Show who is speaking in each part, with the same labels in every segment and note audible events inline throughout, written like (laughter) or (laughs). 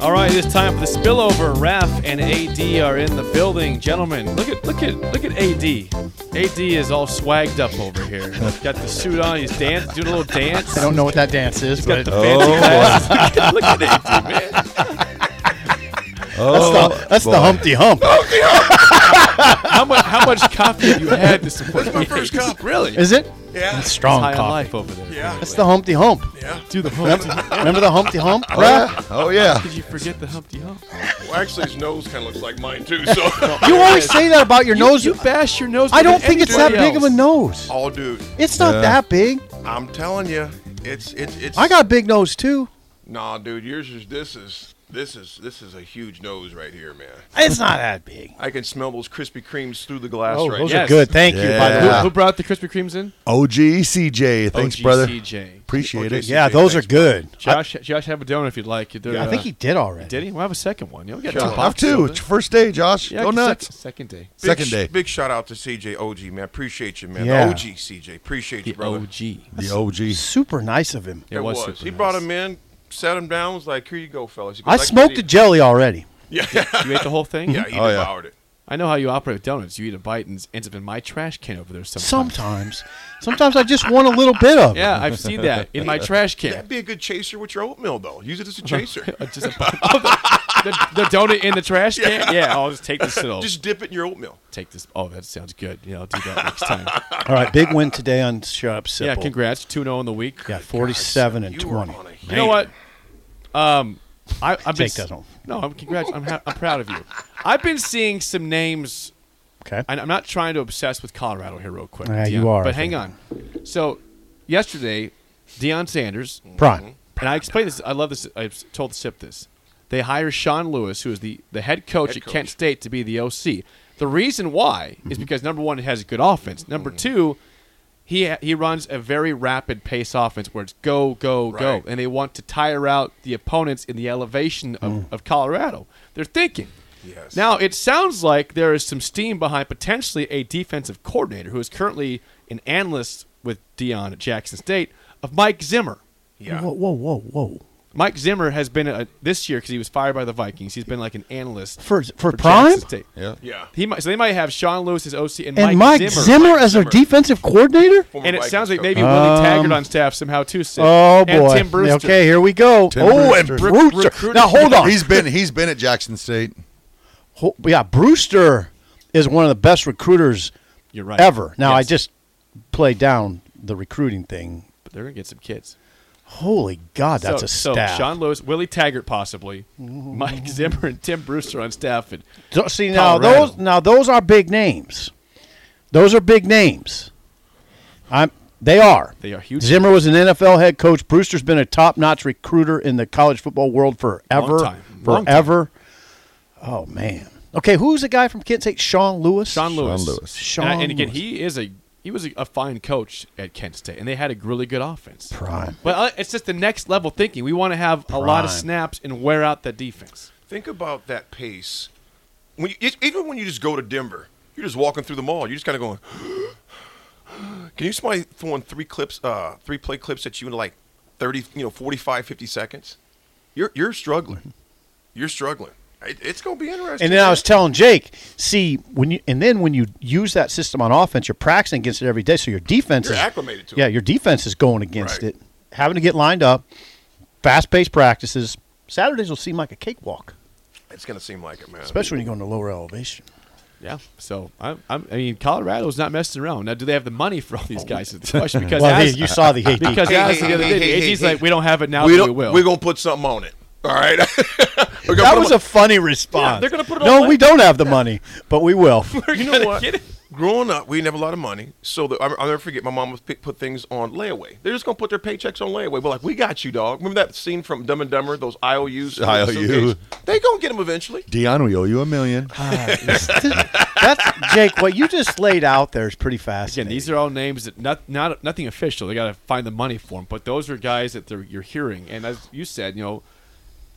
Speaker 1: All right, it's time for the spillover. Raf and AD are in the building, gentlemen. Look at look at look at AD. AD is all swagged up over here. Got the suit on. He's dance, doing a little dance.
Speaker 2: I don't know what that dance is,
Speaker 1: Got
Speaker 2: but
Speaker 1: the fancy
Speaker 3: Oh,
Speaker 1: glasses. (laughs) look at AD, man.
Speaker 2: that's,
Speaker 3: oh.
Speaker 2: the, that's the Humpty Hump.
Speaker 1: How much how much coffee have you had this morning?
Speaker 4: my first cup.
Speaker 1: Really?
Speaker 2: Is it?
Speaker 4: Yeah.
Speaker 2: That's strong
Speaker 1: high on
Speaker 2: coffee.
Speaker 1: life over there.
Speaker 4: Yeah.
Speaker 2: That's the Humpty Hump.
Speaker 4: Yeah.
Speaker 1: Do the
Speaker 2: Remember,
Speaker 1: Humpty.
Speaker 2: remember the Humpty Hump?
Speaker 3: Oh yeah. Oh yeah.
Speaker 1: Did you forget the Humpty Hump?
Speaker 4: Well, actually, his nose kind of looks like mine too. So
Speaker 2: You always say that about your nose.
Speaker 1: You bash your nose.
Speaker 2: I don't think it's that big of a nose.
Speaker 4: oh, dude,
Speaker 2: It's not
Speaker 3: Yeah.
Speaker 2: that big.
Speaker 4: I'm telling you, it's it's it's.
Speaker 2: I got a big nose too.
Speaker 4: Nah, dude, yours is this is this is this is a huge nose right here, man.
Speaker 2: It's not that big.
Speaker 4: I can smell those Krispy Kremes through the glass
Speaker 2: Oh,
Speaker 4: right
Speaker 2: those
Speaker 4: now.
Speaker 1: Yes.
Speaker 2: are good. Thank you. By the
Speaker 1: Who,
Speaker 2: way.
Speaker 3: Yeah.
Speaker 1: who brought the Krispy Kremes in?
Speaker 3: OGCJ. Thanks, brother.
Speaker 1: OGCJ.
Speaker 3: Appreciate it.
Speaker 4: OGCJ.
Speaker 2: Yeah, those are
Speaker 4: Thanks,
Speaker 2: good.
Speaker 1: Josh, Josh, have a donut if you'd like. They're,
Speaker 2: I think
Speaker 1: uh,
Speaker 2: he did already.
Speaker 1: did. He? We'll have a second one. You know, we got two
Speaker 4: Sure.
Speaker 1: boxes
Speaker 3: Off two.
Speaker 1: of
Speaker 3: It's
Speaker 1: this.
Speaker 3: your first day, Josh.
Speaker 1: Yeah,
Speaker 3: Go
Speaker 1: sec-
Speaker 3: nuts.
Speaker 1: Second day.
Speaker 4: Big
Speaker 3: Second
Speaker 4: sh-
Speaker 3: day.
Speaker 4: Big shout out to CJ OG, man. Appreciate you, man.
Speaker 2: Yeah.
Speaker 4: The OG CJ. Appreciate you,
Speaker 1: The
Speaker 4: brother.
Speaker 1: OG. It
Speaker 3: The OG.
Speaker 2: Super nice of him.
Speaker 4: It was.
Speaker 1: super
Speaker 4: He
Speaker 1: nice.
Speaker 4: brought him in, sat him down, was like, "Here you go, fellas." He goes,
Speaker 2: I
Speaker 4: "Like
Speaker 2: smoked a
Speaker 4: did-
Speaker 2: jelly already.
Speaker 4: Yeah,
Speaker 1: You ate the whole thing.
Speaker 4: yeah. He
Speaker 3: Oh, yeah.
Speaker 4: devoured it.
Speaker 1: I know how you operate with donuts. You eat a bite and it ends up in my trash can over there sometimes.
Speaker 2: Sometimes, sometimes I just want a little bit of. it.
Speaker 1: Yeah, I've seen that in
Speaker 4: (laughs)
Speaker 1: my trash
Speaker 4: That'd
Speaker 1: can.
Speaker 4: be a good chaser with your oatmeal, though. Use it as a chaser.
Speaker 1: Uh, just a, oh, (laughs) the, the, the donut in the trash can. Yeah, I'll just take this. Little, just
Speaker 4: Just dip it in your oatmeal.
Speaker 1: take this. Oh, that sounds good. Yeah, I'll do that next
Speaker 4: (laughs)
Speaker 1: time.
Speaker 2: All right, big win today on Shut Up Simple.
Speaker 1: Yeah, congrats. 2 0 in the week.
Speaker 2: Yeah, forty-seven and
Speaker 4: You were
Speaker 2: twenty.
Speaker 4: on a-
Speaker 1: You know what? Um, I, I've been
Speaker 2: Take that
Speaker 1: s-
Speaker 2: home.
Speaker 1: No, I'm congrats. I'm, ha- I'm proud of you. I've been seeing some names,
Speaker 2: Okay.
Speaker 1: and I'm not trying to obsess with Colorado here, real quick.
Speaker 2: Yeah, you
Speaker 1: Deion,
Speaker 2: are, I
Speaker 1: But hang
Speaker 2: think.
Speaker 1: on. So, yesterday, Deion Sanders,
Speaker 2: Prime.
Speaker 1: and I explained this. I love this. I told Sip this. They hire Sean Lewis, who is the, the head coach
Speaker 4: Head
Speaker 1: at
Speaker 4: coach.
Speaker 1: Kent State, to be the OC. The reason why is because number one, it has a good offense. Number two, he he runs a very rapid pace offense where it's go go
Speaker 4: Right.
Speaker 1: go, and they want to tire out the opponents in the elevation of, of Colorado. They're thinking.
Speaker 4: Yes.
Speaker 1: Now it sounds like there is some steam behind potentially a defensive coordinator who is currently an analyst with Dion at Jackson State of Mike Zimmer.
Speaker 4: Yeah.
Speaker 2: Whoa, whoa, whoa, whoa!
Speaker 1: Mike Zimmer has been a, this year because he was fired by the Vikings. He's been like an analyst
Speaker 2: For for
Speaker 1: for
Speaker 2: Prime
Speaker 1: Jackson State.
Speaker 3: Yeah.
Speaker 4: Yeah.
Speaker 1: He might, so they might have Sean Lewis as OC and,
Speaker 2: and Mike, Zimmer, as their defensive coordinator.
Speaker 4: Former
Speaker 1: And it
Speaker 4: Vikings
Speaker 1: sounds like
Speaker 4: coach.
Speaker 1: maybe Willie Taggart on staff somehow too. Sid.
Speaker 2: Um, Oh boy!
Speaker 1: And Tim Brewster.
Speaker 2: Okay, here we go.
Speaker 3: Tim
Speaker 2: oh,
Speaker 3: Brewster.
Speaker 2: and
Speaker 1: Re-
Speaker 2: Brewster.
Speaker 1: recruited-
Speaker 2: now hold on.
Speaker 3: He's been he's been at Jackson State.
Speaker 2: Ho- yeah, Brewster is one of the best recruiters
Speaker 1: You're right.
Speaker 2: ever. Now I
Speaker 1: Yes.
Speaker 2: just played down the recruiting thing.
Speaker 1: But they're gonna get some kids.
Speaker 2: Holy God, that's
Speaker 1: so,
Speaker 2: a staff.
Speaker 1: So Sean Lewis, Willie Taggart possibly, Mike Zimmer, and Tim Brewster on staff. And
Speaker 2: So- See now
Speaker 1: Colorado.
Speaker 2: those now those are big names. Those are big names. I'm they are.
Speaker 1: They are huge
Speaker 2: Zimmer was an NFL head coach. Brewster's been a top-notch recruiter in the college football world forever.
Speaker 1: time. Long
Speaker 2: Forever. Oh man. Okay, who's the guy from Kent State? Sean Lewis.
Speaker 1: Sean Lewis.
Speaker 3: Lewis.
Speaker 2: Sean
Speaker 1: and, and again,
Speaker 2: Lewis.
Speaker 1: he is a he was a, a fine coach at Kent State, and they had a really good offense.
Speaker 2: prime.
Speaker 1: But uh, it's just the next level thinking. We want to have a lot of
Speaker 2: Prime.
Speaker 1: snaps and wear out the defense.
Speaker 4: Think about that pace. When you, it's- even when you just go to Denver, you're just walking through the mall. You're just kind of going. (gasps) Can you somebody throwing three clips, uh, three play clips at you in like 30, you know, 45, 50 seconds? You're you're struggling. You're struggling. It, it's going to be interesting.
Speaker 2: And then I was telling Jake, see when you and then when you use that system on offense, you're practicing against it every day, so your defense
Speaker 4: You're
Speaker 2: is
Speaker 4: acclimated to it.
Speaker 2: Yeah, your defense is going against
Speaker 4: Right.
Speaker 2: it, having to get lined up, fast-paced practices. Saturdays will seem like a cakewalk,
Speaker 4: It's going to seem like it, man.
Speaker 2: especially when you go into lower elevation.
Speaker 1: Yeah. So I, I'm, I mean, Colorado's not messing around. Now, do they have the money for all these guys? It's a question because
Speaker 2: Well,
Speaker 1: as-
Speaker 2: you saw the AD.
Speaker 1: because
Speaker 4: Hey,
Speaker 1: as
Speaker 4: hey,
Speaker 1: the other day,
Speaker 4: hey,
Speaker 1: the
Speaker 4: hey,
Speaker 1: AD's
Speaker 4: hey,
Speaker 1: like,
Speaker 4: hey.
Speaker 1: we don't have it now,
Speaker 4: we
Speaker 1: but
Speaker 4: don't,
Speaker 1: we will.
Speaker 4: We're going to put something on it. All right? (laughs) We're gonna
Speaker 2: That
Speaker 4: put
Speaker 2: was
Speaker 4: a-
Speaker 2: a funny response.
Speaker 1: Yeah, they're gonna put it
Speaker 2: no,
Speaker 1: on
Speaker 2: we don't have the money, but we
Speaker 1: (laughs)
Speaker 2: will.
Speaker 4: you know what? Growing up, we didn't have a lot of money, so the, I- I'll never forget. My mom would pi- put things on layaway. They're just gonna put their paychecks on layaway. We're like, we got you, dog. Remember that scene from Dumb and Dumber? Those
Speaker 2: (laughs)
Speaker 4: IOUs. in the
Speaker 3: IOU.
Speaker 4: suitcase? They gonna get them eventually.
Speaker 3: Dion, we owe you a million.
Speaker 2: Ah,
Speaker 1: (laughs)
Speaker 2: That's Jake. What you just laid out there is pretty
Speaker 1: Again,
Speaker 2: fascinating.
Speaker 1: these are all names that not, not nothing official. They got to find the money for them. But those are guys that they're, you're hearing. And as you said, you know,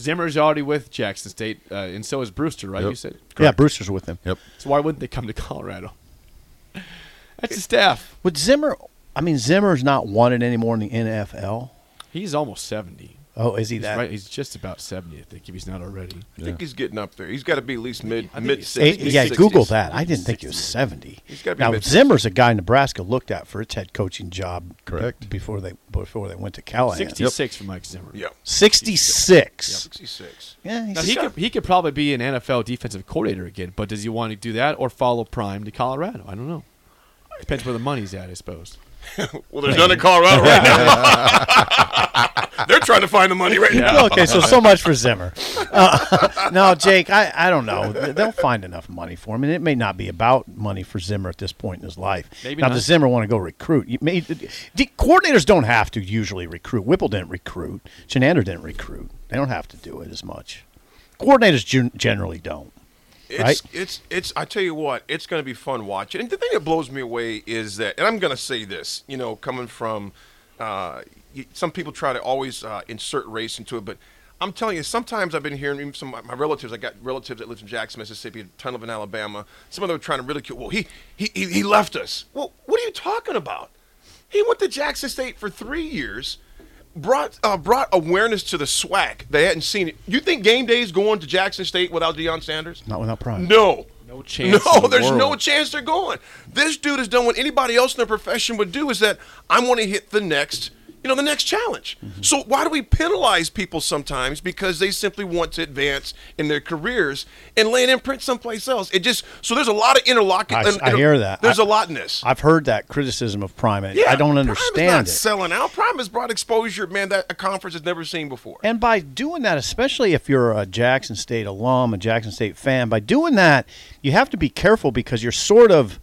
Speaker 1: Zimmer's already with Jackson State, uh, and so is Brewster, right?
Speaker 3: Yep.
Speaker 1: You said.
Speaker 2: yeah, Brewster's with them.
Speaker 3: Yep.
Speaker 1: So why wouldn't they come to Colorado? That's the staff.
Speaker 2: Would Zimmer? I mean, Zimmer's not wanted anymore in the NFL.
Speaker 1: He's almost seventy.
Speaker 2: Oh, is he
Speaker 1: He's
Speaker 2: that?
Speaker 1: right. He's just about seventy, I think, if he's not already.
Speaker 4: I think he's getting up there. He's got to be at least mid
Speaker 1: I think
Speaker 4: mid
Speaker 1: he's-
Speaker 2: Eight-
Speaker 4: sixties.
Speaker 2: yeah, Google that. I didn't think it was 70.
Speaker 4: He's gotta be
Speaker 2: Now
Speaker 4: mid-
Speaker 2: Zimmer's a guy Nebraska looked at for its head coaching job.
Speaker 3: Correct.
Speaker 2: Before they before they went to Callahan.
Speaker 1: Sixty-six for Mike Zimmer.
Speaker 4: Yeah,
Speaker 2: 66.
Speaker 4: sixty six.
Speaker 2: Yeah,
Speaker 1: Now
Speaker 2: he's,
Speaker 1: he could he could probably be an NFL defensive coordinator again, but does he want to do that or follow Prime to Colorado? I don't know. Depends where the money's at, I suppose.
Speaker 4: Well, there's none in Colorado right now. (laughs) They're trying to find the money
Speaker 1: (laughs)
Speaker 4: right now.
Speaker 2: okay. So so much for
Speaker 4: (laughs)
Speaker 2: Zimmer. Uh, (laughs) no, Jake, I, I don't know. They'll find enough money for him, and it may not be about money for Zimmer at this point in his life.
Speaker 1: Maybe
Speaker 2: now
Speaker 1: not.
Speaker 2: does Zimmer want to go recruit? You may, the coordinators don't have to usually recruit. Whipple didn't recruit. Shenander didn't recruit. They don't have to do it as much. Coordinators gen- generally don't.
Speaker 4: It's,
Speaker 2: right?
Speaker 4: it's, it's, I tell you what, it's going to be fun watching. And the thing that blows me away is that, and I'm going to say this, you know, coming from, uh, y- some people try to always uh, insert race into it, but I'm telling you, sometimes I've been hearing even some of my relatives, I got relatives that live in Jackson, Mississippi, a ton of in Alabama. Some of them are trying to ridicule, well, he, he, he he left us. Well, what are you talking about? He went to Jackson State for three years, brought uh, brought awareness to the swag. They hadn't seen it. You think game day is going to Jackson State without Deion Sanders?
Speaker 2: Not without pride.
Speaker 4: No.
Speaker 1: No chance
Speaker 4: (laughs) No,
Speaker 1: in the
Speaker 4: there's no
Speaker 1: world.
Speaker 4: chance they're going. This dude has done what anybody else in their profession would do is that I want to hit the next, you know, the next challenge.
Speaker 2: Mm-hmm.
Speaker 4: So why do we penalize people sometimes because they simply want to advance in their careers and lay an imprint someplace else? It just so there's a lot of interlocking.
Speaker 2: I, I hear that.
Speaker 4: There's
Speaker 2: a
Speaker 4: a lot in this.
Speaker 2: I've heard that criticism of Prime. and I don't
Speaker 4: Prime is not
Speaker 2: understand it.
Speaker 4: selling out. Prime has brought exposure, man, that a conference has never seen before.
Speaker 2: And by doing that, especially if you're a Jackson State alum, a Jackson State fan, by doing that, you have to be careful because you're sort of,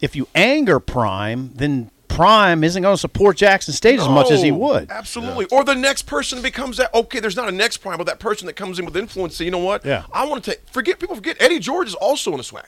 Speaker 2: if you anger Prime, then Prime isn't going to support Jackson State as much as he
Speaker 4: No,
Speaker 2: would.
Speaker 4: Oh, Absolutely. Or the next person becomes that. Okay, there's not a next prime, but that person that comes in with influence. say, You know what?
Speaker 2: Yeah.
Speaker 4: I want to take. Forget people. Forget Eddie George is also in the swag.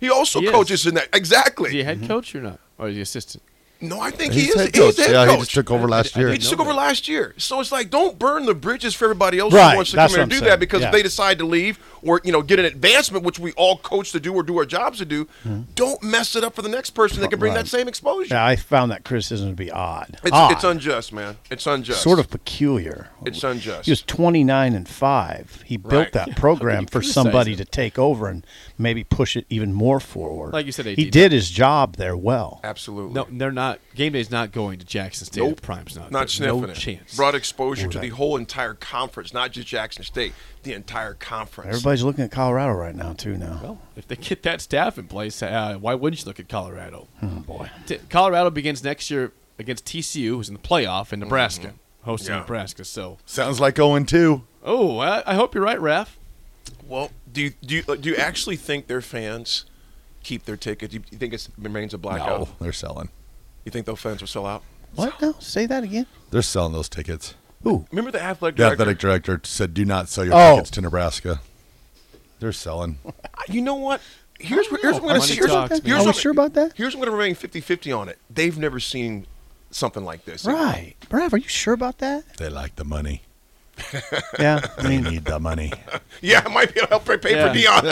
Speaker 4: He also
Speaker 1: He is.
Speaker 4: coaches in that. Exactly.
Speaker 1: Is he a head coach or not? Or is he assistant?
Speaker 4: No, I think
Speaker 3: He's
Speaker 4: he is.
Speaker 3: head
Speaker 4: he's
Speaker 3: coach.
Speaker 4: the head
Speaker 3: yeah,
Speaker 4: coach.
Speaker 3: he just took over last
Speaker 1: I
Speaker 3: year.
Speaker 4: He just
Speaker 1: No,
Speaker 4: took over
Speaker 1: man.
Speaker 4: last year. So it's like, don't burn the bridges for everybody else
Speaker 2: Right,
Speaker 4: who wants to
Speaker 2: that's
Speaker 4: come in
Speaker 2: what
Speaker 4: and
Speaker 2: I'm
Speaker 4: do
Speaker 2: saying,
Speaker 4: that because
Speaker 2: yeah.
Speaker 4: if they decide to leave or, you know, get an advancement, which we all coach to do or do our jobs to do, don't mess it up for the next person that can bring
Speaker 2: Mm-hmm. Right.
Speaker 4: that same exposure.
Speaker 2: Yeah, I found that criticism to be odd.
Speaker 4: It's,
Speaker 2: odd.
Speaker 4: it's unjust, man. It's unjust.
Speaker 2: sort of peculiar.
Speaker 4: It's unjust.
Speaker 2: He was 29 and 5. He built
Speaker 4: Right. (laughs)
Speaker 2: that program for
Speaker 1: criticize
Speaker 2: somebody
Speaker 1: him?
Speaker 2: to take over and maybe push it even more forward.
Speaker 1: Like you said,
Speaker 2: he
Speaker 1: AD.
Speaker 2: did his job there well.
Speaker 4: Absolutely.
Speaker 1: No, they're not. Game day's not going to Jackson State.
Speaker 4: Nope.
Speaker 1: Prime's not.
Speaker 4: Not
Speaker 1: there.
Speaker 4: sniffing
Speaker 1: No
Speaker 4: it.
Speaker 1: chance.
Speaker 4: Brought exposure to
Speaker 2: that-
Speaker 4: the whole entire conference, not just Jackson State, the entire conference.
Speaker 2: Everybody's looking at Colorado right now, too, now.
Speaker 1: Well, if they get that staff in place, uh, why wouldn't you look at Colorado?
Speaker 2: Oh, boy.
Speaker 1: T- Colorado begins next year against TCU, who's in the playoff, and Nebraska, hosting
Speaker 4: Mm-hmm. Yeah.
Speaker 1: Nebraska. So,
Speaker 3: Sounds like 0 2.
Speaker 1: oh, I, I hope you're right, Raf.
Speaker 4: (laughs) Well, do you do you, uh, do you actually think their fans keep their tickets? Do you, you think it remains a blackout?
Speaker 3: No, they're selling.
Speaker 4: You think those fans will sell out?
Speaker 2: What? No, say that again.
Speaker 3: They're selling those tickets.
Speaker 2: Who?
Speaker 4: Remember the athletic
Speaker 3: The
Speaker 4: director?
Speaker 3: athletic director said, "Do not sell your
Speaker 2: Oh.
Speaker 3: tickets to Nebraska." They're selling.
Speaker 4: Uh, You know what? Here's what, here's what I'm going to
Speaker 1: Money
Speaker 4: say. Here's, what-
Speaker 1: talks, man.
Speaker 4: here's
Speaker 2: Are we
Speaker 4: what-
Speaker 2: sure about that?
Speaker 4: Here's what I'm going to remain 50-50 on it. They've never seen something like this.
Speaker 2: Right. Brav, are you sure about that?
Speaker 3: They like the money.
Speaker 4: (laughs)
Speaker 2: Yeah, I
Speaker 3: They
Speaker 2: mean,
Speaker 3: need the money.
Speaker 4: Yeah, it might be able to help pay for
Speaker 1: (laughs) Yeah.
Speaker 4: Dion.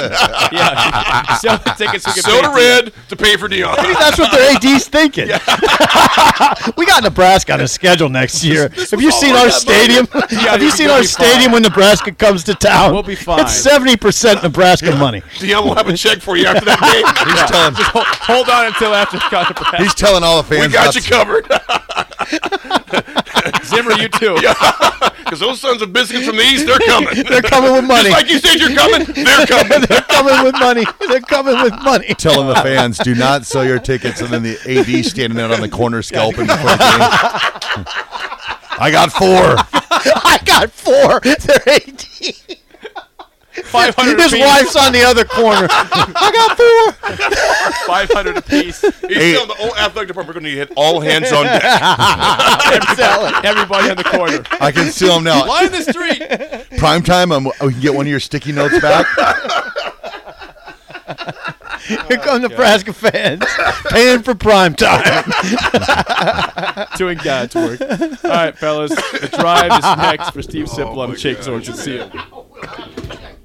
Speaker 1: Yeah, (laughs) sell the tickets. so we can pay
Speaker 4: Soda
Speaker 1: for it.
Speaker 4: Red to pay for Dion.
Speaker 1: (laughs)
Speaker 2: Maybe (laughs) that's what their AD's thinking. (laughs) we got Nebraska on the schedule next year. have you
Speaker 4: was
Speaker 2: seen
Speaker 4: all
Speaker 2: our
Speaker 4: that money.
Speaker 2: stadium?
Speaker 4: (laughs)
Speaker 2: have you
Speaker 1: we'll
Speaker 2: seen
Speaker 1: be
Speaker 2: our
Speaker 1: fine.
Speaker 2: stadium when Nebraska comes to town?
Speaker 1: We'll be fine.
Speaker 2: It's seventy percent Nebraska
Speaker 4: (laughs)
Speaker 2: money.
Speaker 4: Dion will have a check for you after that game.
Speaker 3: He's telling,
Speaker 1: Hold, hold on until after the
Speaker 3: he's telling all the fans.
Speaker 4: We got
Speaker 3: not
Speaker 4: you
Speaker 3: to-
Speaker 4: covered.
Speaker 1: Zimmer, you
Speaker 4: (laughs)
Speaker 1: too.
Speaker 4: Because those sons of biscuits from the east, they're coming.
Speaker 2: They're coming with money.
Speaker 4: Just like
Speaker 2: (laughs)
Speaker 4: you said, you're coming. They're coming.
Speaker 2: They're coming with money. They're coming with money. (laughs)
Speaker 3: telling the fans, do not sell your tickets. And then the AD standing there on the corner scalping. before the game. I got four.
Speaker 2: I got four. They're AD.
Speaker 1: Five hundred.
Speaker 2: His wife's on the other corner. I got four.
Speaker 1: Five hundred apiece.
Speaker 4: He's telling the whole athletic department we're going to need all hands on deck.
Speaker 1: Everybody in the
Speaker 4: (laughs)
Speaker 1: corner.
Speaker 3: I can see them now.
Speaker 1: Line the street.
Speaker 3: Prime time. I'm, we can get one of your sticky notes back.
Speaker 2: Here
Speaker 4: (laughs)
Speaker 2: come Nebraska fans paying for prime time.
Speaker 1: Doing
Speaker 4: Oh,
Speaker 1: God's work. All right, fellas. The drive is next for Steve Simple. I'm Jake Zorch. See you.